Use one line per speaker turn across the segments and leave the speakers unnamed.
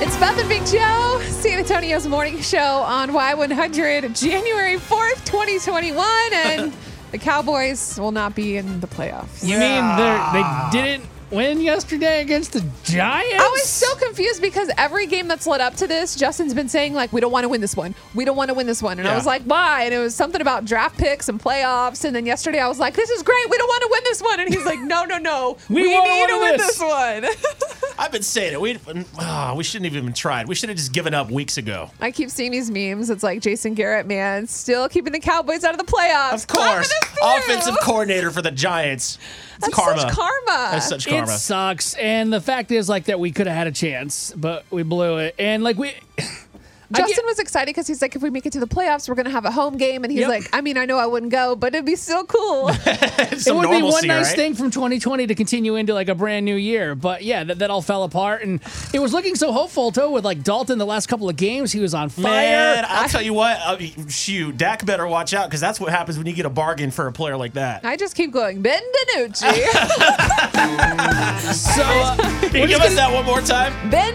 It's Beth and Big Joe, San Antonio's morning show on Y100, January 4th, 2021. And the Cowboys will not be in the playoffs.
You mean they they didn't win yesterday against the Giants?
I was so confused because every game that's led up to this, Justin's been saying, like, we don't want to win this one. We don't want to win this one. And I
Yeah.
was like, why? And it was something about draft picks and playoffs. And then yesterday I was like, this is great. We don't want to win this one. And he's like, no, no, no.
We wanna
need to
win
win
this."
this one.
I've been saying it. We oh, we shouldn't have even tried. We should have just given up weeks ago.
I keep seeing these memes. It's like Jason Garrett, man, still keeping the Cowboys out of the playoffs.
Of course,
Karma through.
offensive coordinator for the Giants. It's
That's
karma.
such karma.
That's such
it
karma.
sucks. And the fact is, like, that we could have had a chance, but we blew it. And like we, I
Justin
get-
was excited because he's like, if we make it to the playoffs, we're gonna have a home game, and he's
Yep.
like, I mean, I know I wouldn't go, but it'd be so cool.
It's
it
some
would be one
normalcy,
nice
right?
thing from 2020 to continue into like a brand new year. But yeah, that, that all fell apart, and it was looking so hopeful too. With like Dalton, the last couple of games, he was on fire.
Man, I'll tell you what. I mean, shoot, Dak better watch out because that's what happens when you get a bargain for a player like that.
I just keep going, Ben DiNucci,
So uh, we're
Can you
just
give
gonna-
us that one more time?
Ben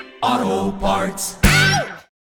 O'Reilly. Auto parts.